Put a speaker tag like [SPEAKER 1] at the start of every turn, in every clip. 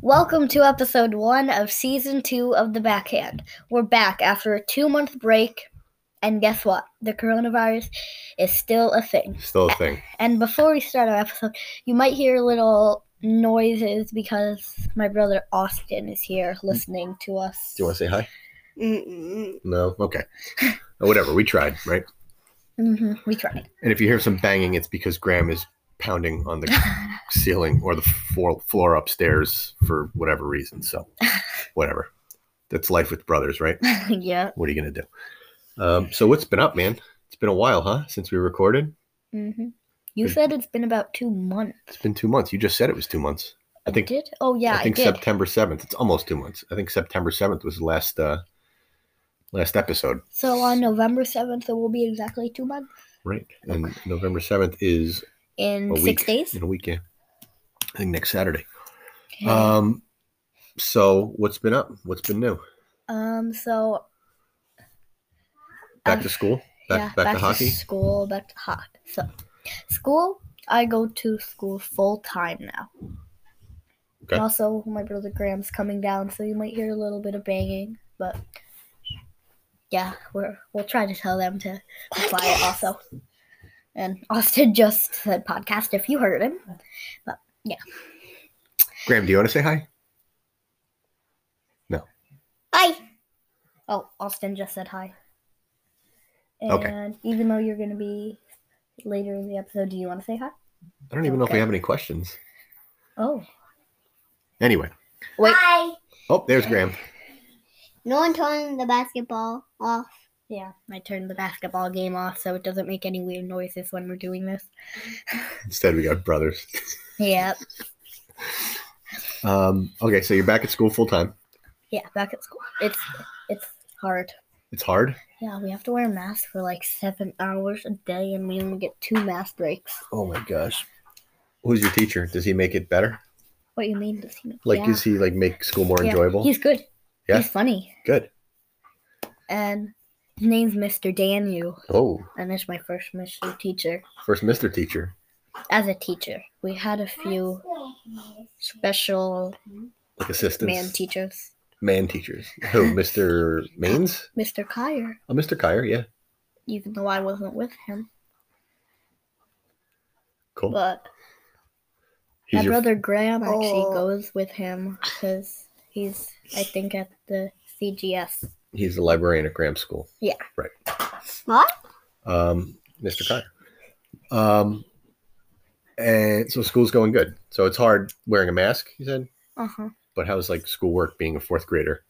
[SPEAKER 1] Welcome to episode one of season two of The Backhand. We're back after a two month break, and guess what? The coronavirus is still a thing.
[SPEAKER 2] Still a thing.
[SPEAKER 1] And before we start our episode, you might hear little noises because my brother Austin is here listening to us.
[SPEAKER 2] Do you want Mm. to say hi?
[SPEAKER 3] Mm-mm.
[SPEAKER 2] No. Okay. Oh, Whatever. We tried, right?
[SPEAKER 1] hmm we tried.
[SPEAKER 2] And if you hear some banging, it's because Graham is pounding on the ceiling or the floor, floor upstairs for whatever reason. So, whatever. That's life with brothers, right?
[SPEAKER 1] yeah.
[SPEAKER 2] What are you gonna do? Um, so what's been up, man? It's been a while, huh? Since we recorded.
[SPEAKER 1] hmm You
[SPEAKER 2] Good.
[SPEAKER 1] said it's been about two months.
[SPEAKER 2] It's been two months. You just said it was two months. I think.
[SPEAKER 1] did? Oh, yeah, I,
[SPEAKER 2] I think
[SPEAKER 1] did.
[SPEAKER 2] September seventh. It's almost two months. I think September seventh was the last uh, last episode.
[SPEAKER 1] so on November 7th, it will be exactly two months.
[SPEAKER 2] Right. And November 7th is
[SPEAKER 1] In
[SPEAKER 2] a
[SPEAKER 1] six
[SPEAKER 2] week.
[SPEAKER 1] days?
[SPEAKER 2] In a week, yeah. I think next Saturday. Um, so what's been up? What's been new?
[SPEAKER 1] um, so
[SPEAKER 2] Back
[SPEAKER 1] Uh,
[SPEAKER 2] to school? Back,
[SPEAKER 1] yeah,
[SPEAKER 2] back, to hockey?
[SPEAKER 1] school, back to hockey. So, school, I go to school full time now.
[SPEAKER 2] Okay.
[SPEAKER 1] And also, my brother Graham's coming down, so you might hear a little bit of banging, but yeah, we're we'll try to tell them to be quiet also. And Austin just said podcast if you heard him.
[SPEAKER 2] Graham, do you want to say hi?
[SPEAKER 1] Hi. Oh, Austin just said hi. And
[SPEAKER 2] Okay.
[SPEAKER 1] even though you're gonna be later in the episode, do you want to say hi?
[SPEAKER 2] I don't even know if we
[SPEAKER 1] Okay.
[SPEAKER 2] have any questions.
[SPEAKER 1] Oh,
[SPEAKER 2] Anyway.
[SPEAKER 1] Wait.
[SPEAKER 4] Hi.
[SPEAKER 2] Oh, there's Graham.
[SPEAKER 4] No one turned the basketball off.
[SPEAKER 1] Yeah, I turned the basketball game off so it doesn't make any weird noises when we're doing this.
[SPEAKER 2] Instead we got brothers.
[SPEAKER 1] Yeah,
[SPEAKER 2] Um, okay, so you're back at school full time.
[SPEAKER 1] yeah, back at school. It's it's hard.
[SPEAKER 2] It's hard.
[SPEAKER 1] Yeah, we have to wear a mask for like seven hours a day and we only get two mask breaks.
[SPEAKER 2] Oh my gosh. Who's your teacher? Does he make it better?
[SPEAKER 1] What do you mean does he
[SPEAKER 2] Like
[SPEAKER 1] yeah.
[SPEAKER 2] is he like make school more
[SPEAKER 1] Yeah,
[SPEAKER 2] enjoyable?
[SPEAKER 1] He's good.
[SPEAKER 2] Yeah?
[SPEAKER 1] He's funny.
[SPEAKER 2] Good.
[SPEAKER 1] And his name's Mr. Daniel
[SPEAKER 2] Oh,
[SPEAKER 1] and it's my first mystery teacher.
[SPEAKER 2] first Mr. Teacher.
[SPEAKER 1] As a teacher. We had a few special
[SPEAKER 2] Like assistants.
[SPEAKER 1] man teachers.
[SPEAKER 2] man teachers. Who, Mr. Maines?
[SPEAKER 1] Mr. Kyer,
[SPEAKER 2] Oh, Mr. Kyer, yeah.
[SPEAKER 1] even though I wasn't with him.
[SPEAKER 2] Cool.
[SPEAKER 1] But
[SPEAKER 2] He's
[SPEAKER 1] My
[SPEAKER 2] your
[SPEAKER 1] brother Graham actually
[SPEAKER 3] Oh.
[SPEAKER 1] goes with him because he's, I think, at the CGS.
[SPEAKER 2] he's the librarian at Graham School.
[SPEAKER 4] What?
[SPEAKER 2] Um, Mr. Kyer. Um, and so school's going good. So it's hard wearing a mask, you said.
[SPEAKER 1] Uh
[SPEAKER 4] Uh-huh.
[SPEAKER 1] huh.
[SPEAKER 2] But how's like schoolwork being a fourth grader?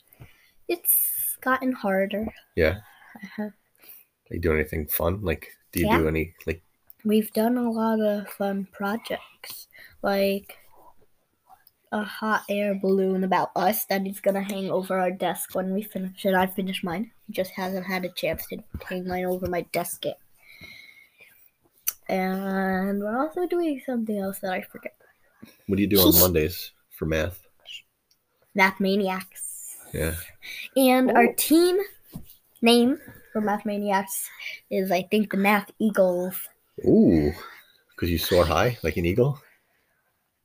[SPEAKER 1] It's gotten harder.
[SPEAKER 2] Yeah.
[SPEAKER 1] Uh-huh.
[SPEAKER 2] Are you doing anything fun? Like, do you
[SPEAKER 1] Yeah.
[SPEAKER 2] do any like?
[SPEAKER 1] We've done a lot of fun projects, like a hot air balloon about us that is gonna hang over our desk when we finish it. I finished mine. He just hasn't had a chance to hang mine over my desk yet. And we're also doing something else that I forget.
[SPEAKER 2] What do you do on Mondays for math?
[SPEAKER 1] Math Maniacs.
[SPEAKER 2] Yeah.
[SPEAKER 1] And our
[SPEAKER 3] Ooh.
[SPEAKER 1] team name for Math Maniacs is, I think, the Math Eagles.
[SPEAKER 2] Ooh, because you soar high like an eagle.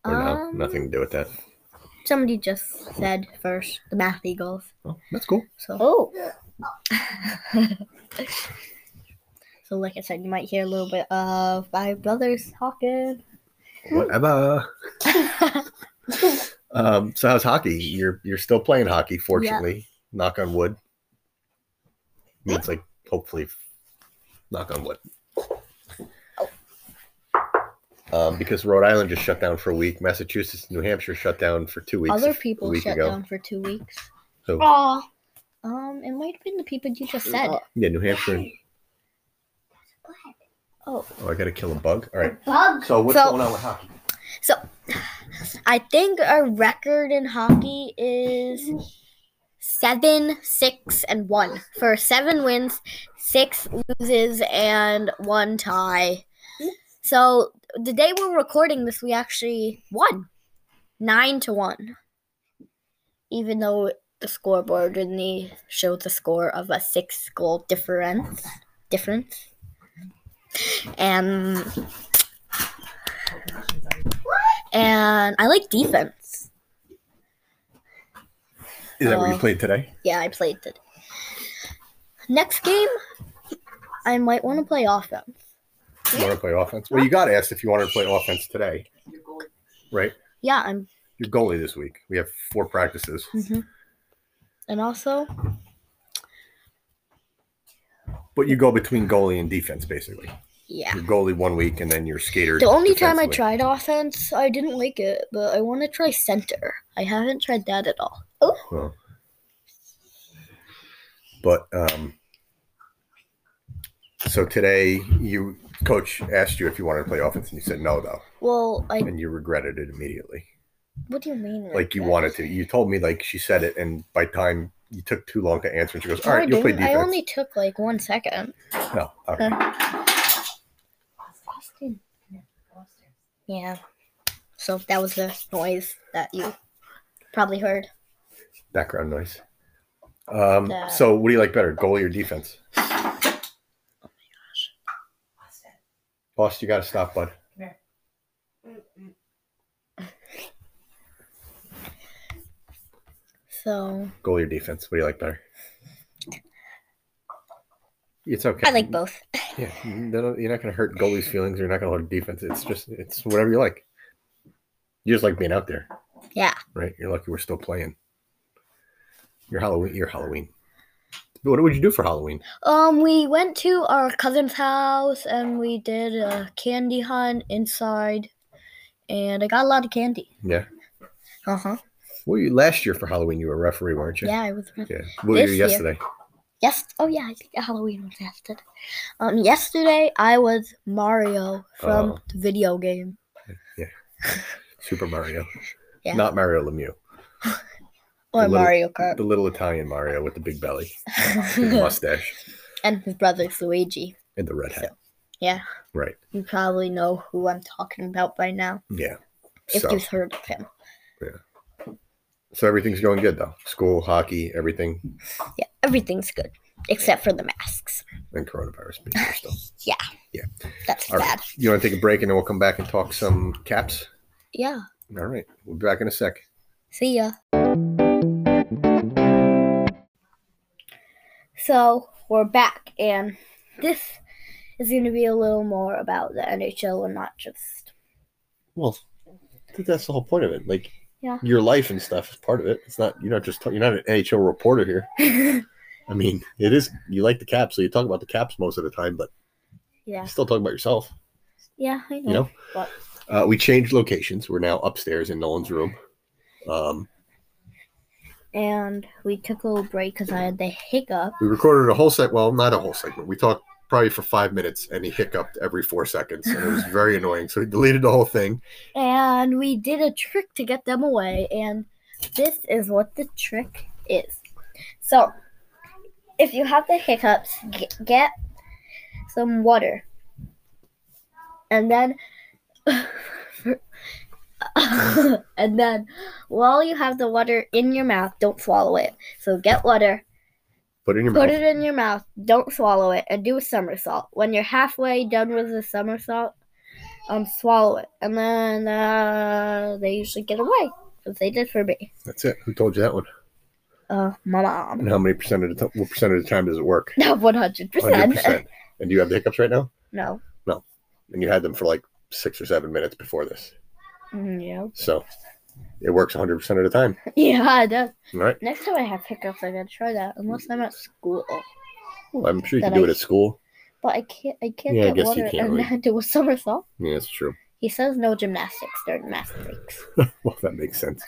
[SPEAKER 2] Or no,
[SPEAKER 1] Um,
[SPEAKER 2] nothing to do with that.
[SPEAKER 1] Somebody just said first the Math Eagles.
[SPEAKER 2] Oh, that's cool.
[SPEAKER 1] So,
[SPEAKER 4] Oh.
[SPEAKER 1] so like I said, you might hear a little bit of my brothers talking.
[SPEAKER 2] Whatever. Um, so how's hockey? You're you're still playing hockey, fortunately. Knock on wood. Means like hopefully, knock on wood.
[SPEAKER 1] Oh.
[SPEAKER 2] Um, because Rhode Island just shut down for a week. Massachusetts, New Hampshire shut down for two weeks. a
[SPEAKER 1] Other
[SPEAKER 2] f- a
[SPEAKER 1] people
[SPEAKER 2] week
[SPEAKER 1] shut
[SPEAKER 2] ago.
[SPEAKER 1] down for two weeks.
[SPEAKER 2] So,
[SPEAKER 4] Oh.
[SPEAKER 1] Um, it might have been the people you just said.
[SPEAKER 2] yeah, New Hampshire. and-
[SPEAKER 1] Oh.
[SPEAKER 2] Oh, I gotta kill a bug. All right.
[SPEAKER 4] Bug.
[SPEAKER 2] So what's
[SPEAKER 1] So-
[SPEAKER 2] going on with hockey?
[SPEAKER 1] So, I think our record in hockey is seven, six, and one for seven wins, six loses, and one tie. So the day we're recording this, we actually won nine to one, even though the scoreboard didn't show the score of a six goal difference. Difference. And and I like defense.
[SPEAKER 2] Is that what you
[SPEAKER 1] Uh,
[SPEAKER 2] played today?
[SPEAKER 1] Yeah, I played it. Next game, I might want to play offense.
[SPEAKER 2] You want to play offense? Well, you got asked if you wanted to play offense today, right?
[SPEAKER 1] Yeah, I'm.
[SPEAKER 2] Your goalie this week. We have four practices.
[SPEAKER 1] mhm. And also,
[SPEAKER 2] But you go between goalie and defense, basically.
[SPEAKER 1] yeah.
[SPEAKER 2] Your goalie one week and then your skater.
[SPEAKER 1] The only time I
[SPEAKER 2] defensively.
[SPEAKER 1] tried offense, I didn't like it, but I want to try center. I haven't tried that at all.
[SPEAKER 2] Well, but um, so today you coach asked you if you wanted to play offense, and you said no, though,
[SPEAKER 1] Well, I.
[SPEAKER 2] and you regretted it immediately.
[SPEAKER 1] What do you mean?
[SPEAKER 2] Like you
[SPEAKER 1] that?
[SPEAKER 2] wanted to. You told me like she said it, and by time you took too long to answer, and she goes,
[SPEAKER 1] No,
[SPEAKER 2] "All right,
[SPEAKER 1] I
[SPEAKER 2] you'll play
[SPEAKER 1] didn't. I
[SPEAKER 2] defense."
[SPEAKER 1] only took like one second.
[SPEAKER 2] No, okay.
[SPEAKER 1] Yeah. So that was the noise that you probably heard.
[SPEAKER 2] background noise. Um,
[SPEAKER 1] That-
[SPEAKER 2] so what do you like better, goalie or defense? Boss, you got to stop, bud.
[SPEAKER 1] So
[SPEAKER 2] Goalie or defense? What do you like better? It's okay.
[SPEAKER 1] I like both.
[SPEAKER 2] Yeah, no, no, you're not going to hurt goalies' feelings. You're not going to hurt defense. It's just it's whatever you like. You just like being out there,
[SPEAKER 1] Yeah.
[SPEAKER 2] right? You're lucky we're still playing. Your Halloween. Your Halloween. What would you do for Halloween?
[SPEAKER 1] Um, we went to our cousin's house and we did a candy hunt inside, and I got a lot of candy.
[SPEAKER 2] Yeah.
[SPEAKER 1] Uh huh.
[SPEAKER 2] Well, you, last year for Halloween you were a referee, weren't you?
[SPEAKER 1] Yeah, I was.
[SPEAKER 2] Yeah. What were
[SPEAKER 1] This
[SPEAKER 2] you
[SPEAKER 1] year.
[SPEAKER 2] yesterday?
[SPEAKER 1] Yes. Oh yeah, I think Halloween was yesterday. Um, yesterday I was Mario from
[SPEAKER 2] Oh.
[SPEAKER 1] the video game.
[SPEAKER 2] Super Mario.
[SPEAKER 1] Yeah.
[SPEAKER 2] Not Mario Lemieux.
[SPEAKER 1] Or
[SPEAKER 2] little-
[SPEAKER 1] Mario
[SPEAKER 2] The
[SPEAKER 1] Kart.
[SPEAKER 2] little Italian Mario with the big belly, and the mustache,
[SPEAKER 1] and his brother's Luigi.
[SPEAKER 2] and the red hat.
[SPEAKER 1] Yeah.
[SPEAKER 2] Right.
[SPEAKER 1] You probably know who I'm talking about by now
[SPEAKER 2] Yeah.
[SPEAKER 1] if
[SPEAKER 2] So,
[SPEAKER 1] you've heard of him.
[SPEAKER 2] so everything's going good though. School, hockey, everything,
[SPEAKER 1] Yeah, everything's good except for the masks.
[SPEAKER 2] and coronavirus being here still.
[SPEAKER 1] That's
[SPEAKER 2] All right.
[SPEAKER 1] bad.
[SPEAKER 2] You want to take a break and then we'll come back and talk some caps?
[SPEAKER 1] Yeah.
[SPEAKER 2] All right. We'll be back in a sec.
[SPEAKER 1] See ya. So we're back, and this is going to be a little more about the NHL and not just.
[SPEAKER 2] Well, I think that's the whole point of it. Like
[SPEAKER 1] Yeah.
[SPEAKER 2] your life and stuff is part of it. It's not you're not just you're not an NHL reporter here. I mean, it is you like the caps, so you talk about the caps most of the time, but
[SPEAKER 1] yeah.
[SPEAKER 2] still talking about yourself.
[SPEAKER 1] Yeah, I know.
[SPEAKER 2] you know
[SPEAKER 1] But-
[SPEAKER 2] uh, we changed locations we're now upstairs in nolan's room um,
[SPEAKER 1] And we took a little break because I had the hiccup.
[SPEAKER 2] we recorded a whole set well not a whole segment we talked probably for five minutes and he hiccuped every four seconds and it was very annoying so he deleted the whole thing
[SPEAKER 1] And we did a trick to get them away, and this is what the trick is. So, if you have the hiccups, g- get some water. And then. and then, while you have the water in your mouth, don't swallow it. So, get water,
[SPEAKER 2] put it in your
[SPEAKER 1] put
[SPEAKER 2] mouth
[SPEAKER 1] it in your mouth, don't swallow it, and do a somersault. When you're halfway done with the somersault, um, swallow it, and then uh, they usually get away. If they did for me,
[SPEAKER 2] that's it who told you that one
[SPEAKER 1] uh, my mom.
[SPEAKER 2] and how many percent of the t- what percent of the time does it work
[SPEAKER 1] No, one hundred percent.
[SPEAKER 2] 100% and do you have the hiccups right now
[SPEAKER 1] No.
[SPEAKER 2] and you had them for like six or seven minutes before this
[SPEAKER 1] Mm, Yeah.
[SPEAKER 2] so it works 100% of the time
[SPEAKER 1] Yeah, it does.
[SPEAKER 2] all right
[SPEAKER 1] Next time I have hiccups, I'm gonna try that. Unless I'm at school,
[SPEAKER 2] well, i'm sure you can
[SPEAKER 1] That
[SPEAKER 2] do
[SPEAKER 1] I-
[SPEAKER 2] it at school
[SPEAKER 1] but I can't. I can't
[SPEAKER 2] Yeah, I
[SPEAKER 1] get
[SPEAKER 2] guess you
[SPEAKER 1] water
[SPEAKER 2] can't
[SPEAKER 1] and
[SPEAKER 2] really-
[SPEAKER 1] then do a somersault.
[SPEAKER 2] yeah that's true
[SPEAKER 1] He says no gymnastics during math breaks.
[SPEAKER 2] Well, that makes sense.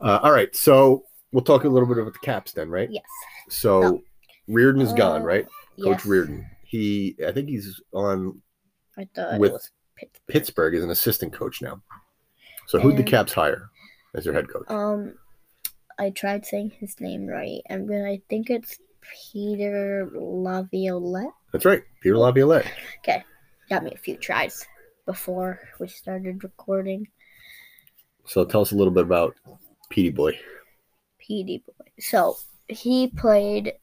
[SPEAKER 2] Uh, all right, so we'll talk a little bit about the Caps then, right?
[SPEAKER 1] Yes.
[SPEAKER 2] So
[SPEAKER 1] No.
[SPEAKER 2] Reardon is gone,
[SPEAKER 1] Uh,
[SPEAKER 2] right?
[SPEAKER 1] yes.
[SPEAKER 2] Coach Reardon. He, I think he's on
[SPEAKER 1] I thought it
[SPEAKER 2] with
[SPEAKER 1] was Pittsburgh.
[SPEAKER 2] Pittsburgh as an assistant coach now. So who'd the
[SPEAKER 1] And-
[SPEAKER 2] Caps hire as their head coach?
[SPEAKER 1] Um, I tried saying his name right. I'm gonna. I think it's Peter Laviolette.
[SPEAKER 2] That's right, Peter Laviolette.
[SPEAKER 1] Got me a few tries before we started recording.
[SPEAKER 2] So tell us a little bit about Petey Boy.
[SPEAKER 1] PD boy. So he played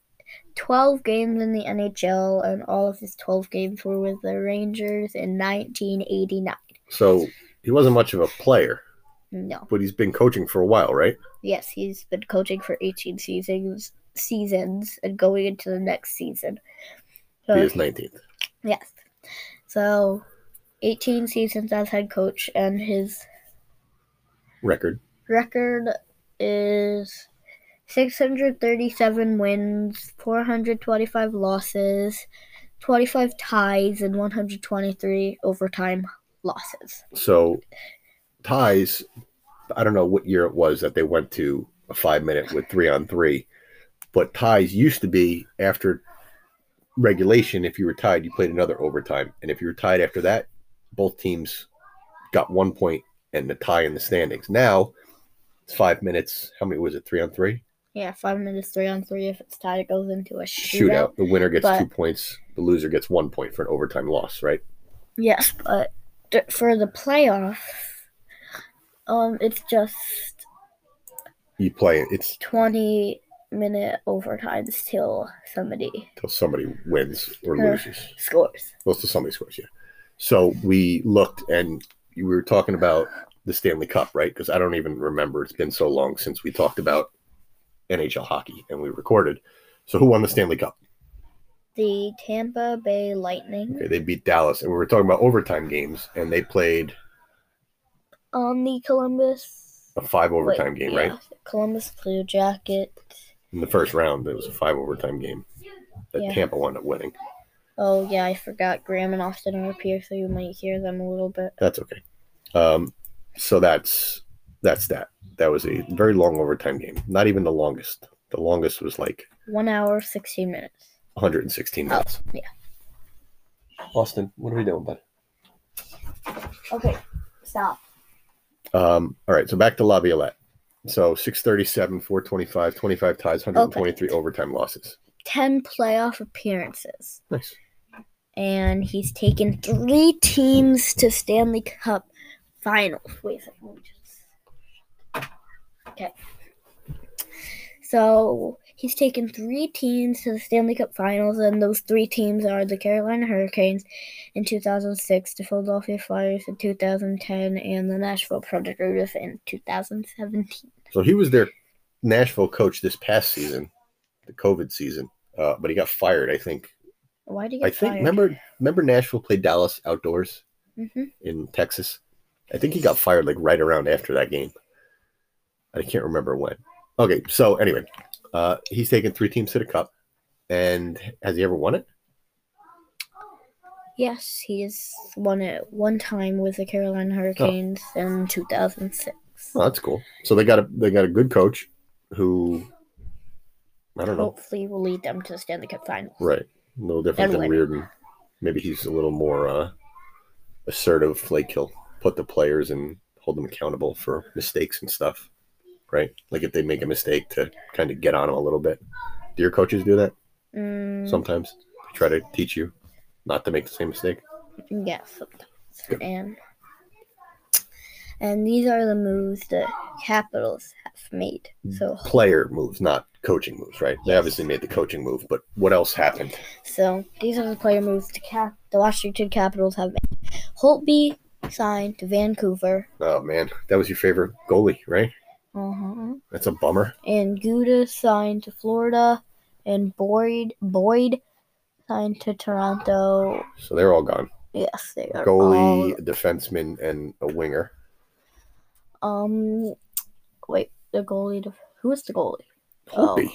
[SPEAKER 1] 12 games in the NHL, and all of his 12 games were with the Rangers in 1989.
[SPEAKER 2] So he wasn't much of a player,
[SPEAKER 1] No.
[SPEAKER 2] But he's been coaching for a while, right?
[SPEAKER 1] Yes, he's been coaching for 18 seasons, seasons, and going into the next season. So,
[SPEAKER 2] He is 19th.
[SPEAKER 1] Yes. So, 18 seasons as head coach, and his
[SPEAKER 2] Record.
[SPEAKER 1] record is 637 wins, 425 losses, 25 ties, and 123 overtime losses.
[SPEAKER 2] So ties. I don't know what year it was that they went to a five minute with three on three, but ties used to be after regulation. If you were tied, you played another overtime, and if you were tied after that, both teams got one point and the tie in the standings. Now it's five minutes. How many was it? Three on three
[SPEAKER 1] Yeah, five minutes, three on three. If it's tied, it goes into a shootout.
[SPEAKER 2] shootout. The winner gets
[SPEAKER 1] but-
[SPEAKER 2] two points. The loser gets one point for an overtime loss. Right?
[SPEAKER 1] Yes, but d- for the playoffs, um, it's just
[SPEAKER 2] You play. It's
[SPEAKER 1] twenty minute overtimes till somebody
[SPEAKER 2] till somebody wins or
[SPEAKER 1] Yeah.
[SPEAKER 2] loses.
[SPEAKER 1] scores.
[SPEAKER 2] Most of Sunday scores, yeah. So we looked and we were talking about the Stanley Cup, right? Because I don't even remember. It's been so long since we talked about NHL hockey and we recorded. So who won the Stanley Cup?
[SPEAKER 1] The Tampa Bay Lightning
[SPEAKER 2] Okay, they beat Dallas, and we were talking about overtime games, and they played
[SPEAKER 1] on the Columbus
[SPEAKER 2] a five overtime
[SPEAKER 1] wait,
[SPEAKER 2] game,
[SPEAKER 1] yeah,
[SPEAKER 2] right?
[SPEAKER 1] Columbus Blue Jackets.
[SPEAKER 2] In the first round, it was a five overtime game that
[SPEAKER 1] Yeah.
[SPEAKER 2] Tampa wound up winning.
[SPEAKER 1] Oh yeah, I forgot Graham and Austin are up here, so you might hear them a little bit.
[SPEAKER 2] That's okay. Um, so that's that's that. That was a very long overtime game. Not even the longest. The longest was like
[SPEAKER 1] One hour sixteen minutes. Oh,
[SPEAKER 2] 116 minutes.
[SPEAKER 1] yeah.
[SPEAKER 2] Austin, what are we doing, bud?
[SPEAKER 1] Okay, stop.
[SPEAKER 2] Um, all right, so back to Laviolette. So 637, 425, 25 ties, 123 overtime losses.
[SPEAKER 1] Ten playoff appearances.
[SPEAKER 2] Nice.
[SPEAKER 1] and he's taken three teams to Stanley Cup finals. Wait a second. Let me just... Okay. So he's taken three teams to the Stanley Cup finals, and those three teams are the Carolina Hurricanes in 2006, the Philadelphia Flyers in 2010, and the Nashville Predators in 2017.
[SPEAKER 2] So he was their Nashville coach this past season, the COVID season, uh, but he got fired, I think.
[SPEAKER 1] Why do you
[SPEAKER 2] I
[SPEAKER 1] get
[SPEAKER 2] think,
[SPEAKER 1] fired?
[SPEAKER 2] remember, remember Nashville played Dallas outdoors
[SPEAKER 1] Mhm.
[SPEAKER 2] in Texas? I think he got fired like right around after that game. I can't remember when. Okay, so anyway, uh, he's taken three teams to the cup, and has he ever won it?
[SPEAKER 1] Yes, he's won it one time with the Carolina Hurricanes in 2006.
[SPEAKER 2] Oh, that's cool. So they got a they got a good coach who I don't know,
[SPEAKER 1] hopefully will lead them to the Stanley Cup Finals.
[SPEAKER 2] right? A little different
[SPEAKER 1] And
[SPEAKER 2] than
[SPEAKER 1] win.
[SPEAKER 2] Reardon. Maybe he's a little more uh, assertive. Like he'll put the players and hold them accountable for mistakes and stuff, right? Like if they make a mistake, to kind of get on them a little bit. Do your coaches do that
[SPEAKER 1] Mm,
[SPEAKER 2] sometimes? They try to teach you not to make the same mistake.
[SPEAKER 1] yeah, sometimes. And and these are the moves the Capitals have made.
[SPEAKER 2] Mm.
[SPEAKER 1] So
[SPEAKER 2] player moves, not coaching moves, right? They obviously made the coaching move, but what else happened?
[SPEAKER 1] so these are the player moves the Cap- the Washington Capitals have made. Holtby signed to Vancouver.
[SPEAKER 2] Oh man, that was your favorite goalie, right?
[SPEAKER 1] Uh-huh.
[SPEAKER 2] That's a bummer.
[SPEAKER 1] And Gouda signed to Florida. And Boyd Boyd signed to Toronto.
[SPEAKER 2] So they're all gone.
[SPEAKER 1] Yes, they are all
[SPEAKER 2] Goalie, a defenseman, and a winger.
[SPEAKER 1] Um, wait, the goalie. def- Who is the goalie? Oh.
[SPEAKER 2] Holtby.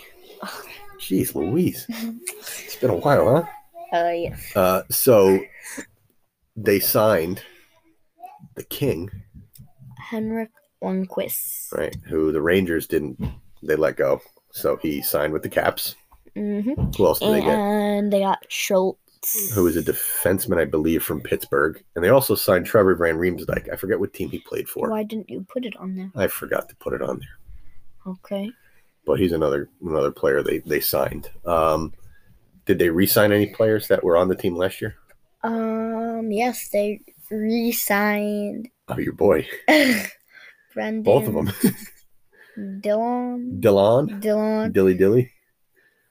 [SPEAKER 2] Jeez Louise. It's been a while, huh?
[SPEAKER 1] Uh, yes.
[SPEAKER 2] Uh, so they signed the king,
[SPEAKER 1] Henrik Lundqvist.
[SPEAKER 2] right? Who the Rangers didn't they let go. So he signed with the Caps.
[SPEAKER 1] Mm-hmm.
[SPEAKER 2] Who else did they get?
[SPEAKER 1] And they got Schultz.
[SPEAKER 2] Who is a defenseman, I believe, from Pittsburgh. And they also signed Trevor Van Riemsdyk. I forget what team he played for.
[SPEAKER 1] Why didn't you put it on there?
[SPEAKER 2] I forgot to put it on there.
[SPEAKER 1] Okay.
[SPEAKER 2] but he's another another player they they signed. Um, did they re-sign any players that were on the team last year?
[SPEAKER 1] Um. Yes, they re-signed
[SPEAKER 2] Oh, your boy,
[SPEAKER 1] Brendan.
[SPEAKER 2] both of them,
[SPEAKER 1] Dillon,
[SPEAKER 2] Dillon,
[SPEAKER 1] Dillon,
[SPEAKER 2] Dilly Dilly.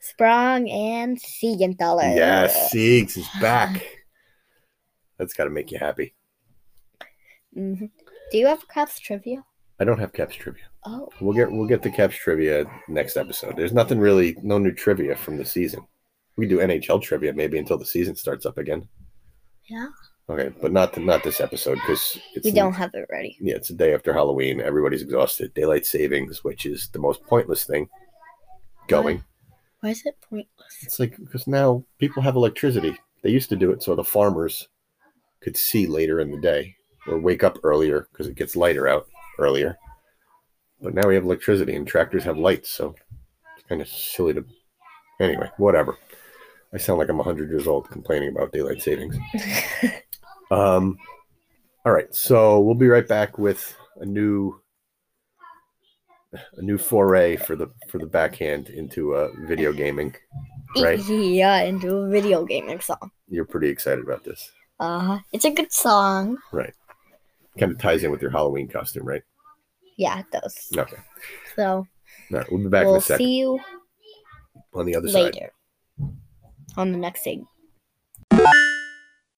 [SPEAKER 1] Sprong, and Siegenthaler.
[SPEAKER 2] Yes, Siegs is back. That's got to make you happy.
[SPEAKER 1] Mm-hmm. hmm Do you have Craps trivia?
[SPEAKER 2] I don't have Caps trivia.
[SPEAKER 1] Oh,
[SPEAKER 2] We'll get we'll get the Caps trivia next episode. There's nothing really, no new trivia from the season. We can do NHL trivia maybe until the season starts up again.
[SPEAKER 1] Yeah.
[SPEAKER 2] Okay, but not not this episode because it's
[SPEAKER 1] we don't have it ready.
[SPEAKER 2] yeah, it's the day after Halloween. Everybody's exhausted. Daylight savings, which is the most pointless thing going.
[SPEAKER 1] Why is it pointless?
[SPEAKER 2] It's like because now people have electricity. They used to do it so the farmers could see later in the day or wake up earlier because it gets lighter out earlier. But now we have electricity and tractors have lights, so it's kind of silly to. Anyway, whatever. I sound like I'm 100 years old complaining about daylight savings. Um, all right, so we'll be right back with a new a new foray for the for the backhand into uh, video gaming. Right.
[SPEAKER 1] Yeah, into a video gaming song.
[SPEAKER 2] You're pretty excited about this.
[SPEAKER 1] Uh huh. It's a good song.
[SPEAKER 2] Kind of ties in with your Halloween costume, right?
[SPEAKER 1] Yeah, it does.
[SPEAKER 2] Okay.
[SPEAKER 1] So
[SPEAKER 2] All right, we'll be back in
[SPEAKER 1] we'll
[SPEAKER 2] a second
[SPEAKER 1] see you
[SPEAKER 2] on the other side.
[SPEAKER 1] later on the next thing.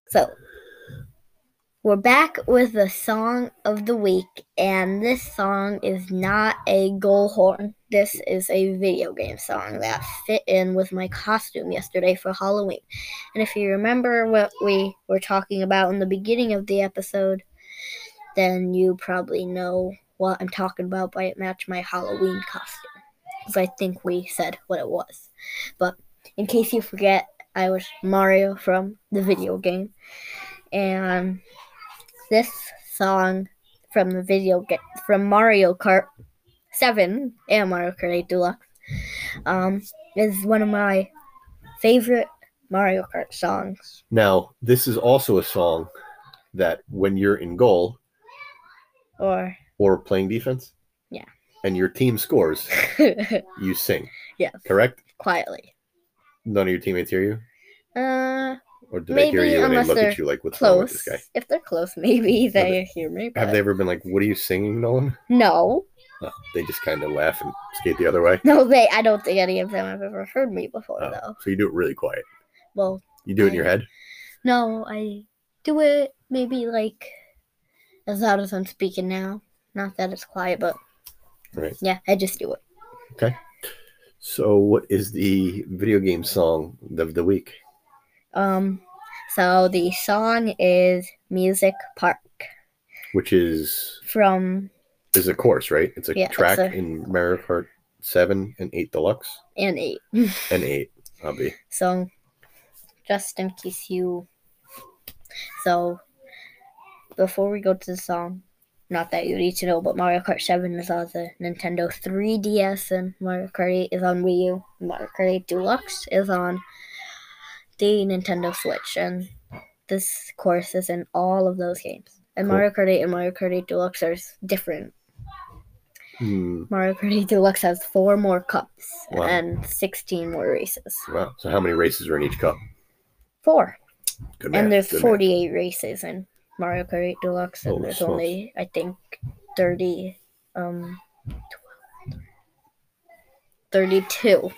[SPEAKER 1] So we're back with the song of the week, and this song is not a goal horn. This is a video game song that fit in with my costume yesterday for Halloween. And if you remember what we were talking about in the beginning of the episode, then you probably know what I'm talking about by it matched my Halloween costume. Because I think we said what it was. But in case you forget, I was Mario from the video game. And this song from the video game from Mario Kart 7 and Mario Kart 8 Deluxe um, is one of my favorite Mario Kart songs.
[SPEAKER 2] Now, this is also a song that when you're in goal
[SPEAKER 1] Or
[SPEAKER 2] or playing defense,
[SPEAKER 1] Yeah.
[SPEAKER 2] and your team scores, you sing,
[SPEAKER 1] yes,
[SPEAKER 2] correct?
[SPEAKER 1] quietly.
[SPEAKER 2] None of your teammates hear you,
[SPEAKER 1] Uh,
[SPEAKER 2] or do they hear
[SPEAKER 1] Maybe,
[SPEAKER 2] you and they
[SPEAKER 1] unless
[SPEAKER 2] look
[SPEAKER 1] they're
[SPEAKER 2] at you like, "What's wrong with
[SPEAKER 1] close.
[SPEAKER 2] this guy?"
[SPEAKER 1] If they're close, maybe
[SPEAKER 2] they-
[SPEAKER 1] they hear me.
[SPEAKER 2] Have
[SPEAKER 1] but-
[SPEAKER 2] they ever been like, "What are you singing, Nolan?"
[SPEAKER 1] No,
[SPEAKER 2] No, they just kind of laugh and skate the other way.
[SPEAKER 1] no, they. I don't think any of them have ever heard me before,
[SPEAKER 2] Oh,
[SPEAKER 1] though.
[SPEAKER 2] so you do it really quiet.
[SPEAKER 1] Well,
[SPEAKER 2] You do it in your
[SPEAKER 1] I-
[SPEAKER 2] head.
[SPEAKER 1] no, I do it maybe like as loud as I'm speaking now. Not that it's quiet, but
[SPEAKER 2] Right.
[SPEAKER 1] yeah, I just do it.
[SPEAKER 2] So, what is the video game song of the week?
[SPEAKER 1] Um, so the song is "Music Park"
[SPEAKER 2] Which is
[SPEAKER 1] from
[SPEAKER 2] is a course, right? It's a
[SPEAKER 1] Yeah, it's
[SPEAKER 2] track
[SPEAKER 1] a-
[SPEAKER 2] in Mario Kart Seven and Eight Deluxe
[SPEAKER 1] An Eight.
[SPEAKER 2] and Eight. I'll be
[SPEAKER 1] So, just in case you. So, before we go to the song, not that you need to know, but Mario Kart 7 is on the Nintendo 3DS, and Mario Kart 8 is on Wii U. and Mario Kart 8 Deluxe is on the Nintendo Switch, and this course is in all of those games. And
[SPEAKER 2] Cool.
[SPEAKER 1] Mario Kart 8 and Mario Kart 8 Deluxe are s- different.
[SPEAKER 2] Hmm,
[SPEAKER 1] Mario Kart 8 Deluxe has four more cups
[SPEAKER 2] Wow.
[SPEAKER 1] and 16 more races.
[SPEAKER 2] wow. So, how many races are in each cup?
[SPEAKER 1] Four.
[SPEAKER 2] Good math,
[SPEAKER 1] and there's
[SPEAKER 2] good Oh, math.
[SPEAKER 1] 48 races in Mario Kart 8 Deluxe, and
[SPEAKER 2] Holy
[SPEAKER 1] there's
[SPEAKER 2] smokes.
[SPEAKER 1] only I think 30, um, 32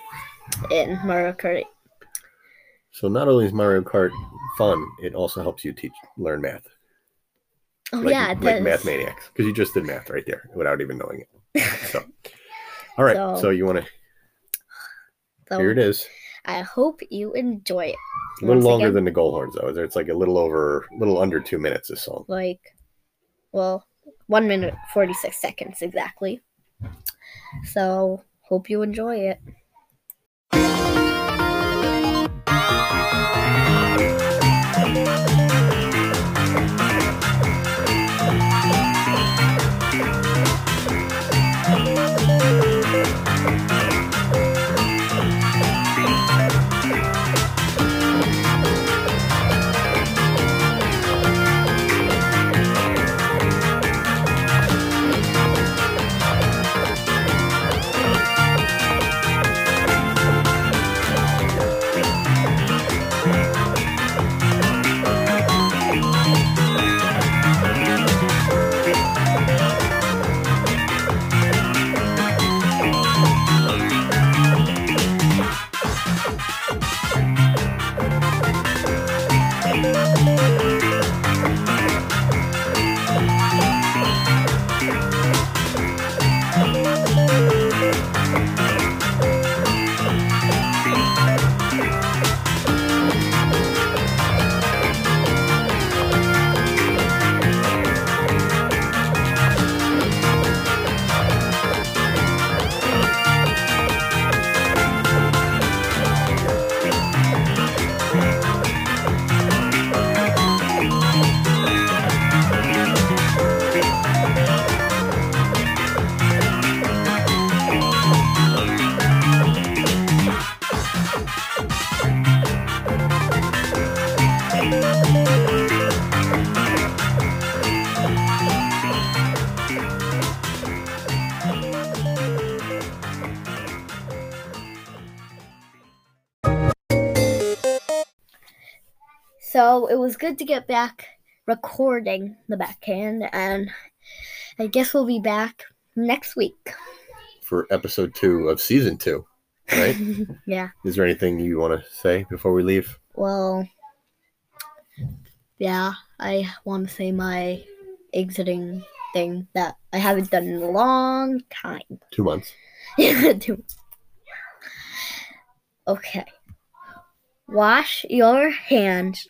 [SPEAKER 1] in Mario Kart 8.
[SPEAKER 2] So, not only is Mario Kart fun, it also helps you teach learn math.
[SPEAKER 1] Oh
[SPEAKER 2] like,
[SPEAKER 1] yeah, it
[SPEAKER 2] like
[SPEAKER 1] does.
[SPEAKER 2] math maniacs because you just did math right there without even knowing it. So, all right. So,
[SPEAKER 1] So-
[SPEAKER 2] you want to?
[SPEAKER 1] So
[SPEAKER 2] Here it is.
[SPEAKER 1] I hope you enjoy it.
[SPEAKER 2] A little
[SPEAKER 1] Once
[SPEAKER 2] longer
[SPEAKER 1] again.
[SPEAKER 2] than the goal horns though. It's like a little over, little under two minutes. This song.
[SPEAKER 1] Like, well, one minute 46 seconds exactly. So hope you enjoy it. So it was good to get back recording the backhand, and I guess we'll be back next week.
[SPEAKER 2] for episode two of season two, right?
[SPEAKER 1] yeah.
[SPEAKER 2] Is there anything you want to say before we leave?
[SPEAKER 1] Well, yeah, I want to say my exiting thing that I haven't done in a long time.
[SPEAKER 2] Two months.
[SPEAKER 1] Do- okay. Wash your hands.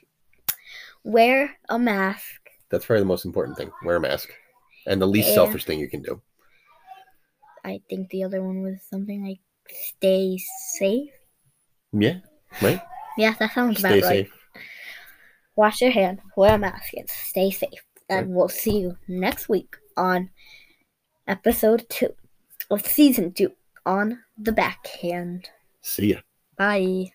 [SPEAKER 1] Wear a mask.
[SPEAKER 2] That's probably the most important thing. Wear a mask. And the least
[SPEAKER 1] Yeah.
[SPEAKER 2] selfish thing you can do.
[SPEAKER 1] I think the other one was something like stay safe.
[SPEAKER 2] Yeah. Right?
[SPEAKER 1] Yeah, that sounds
[SPEAKER 2] Stay
[SPEAKER 1] about right.
[SPEAKER 2] safe.
[SPEAKER 1] Wash your hand, wear a mask, and stay safe. And we'll see you next week on episode two of season two on the backhand.
[SPEAKER 2] See ya.
[SPEAKER 1] Bye.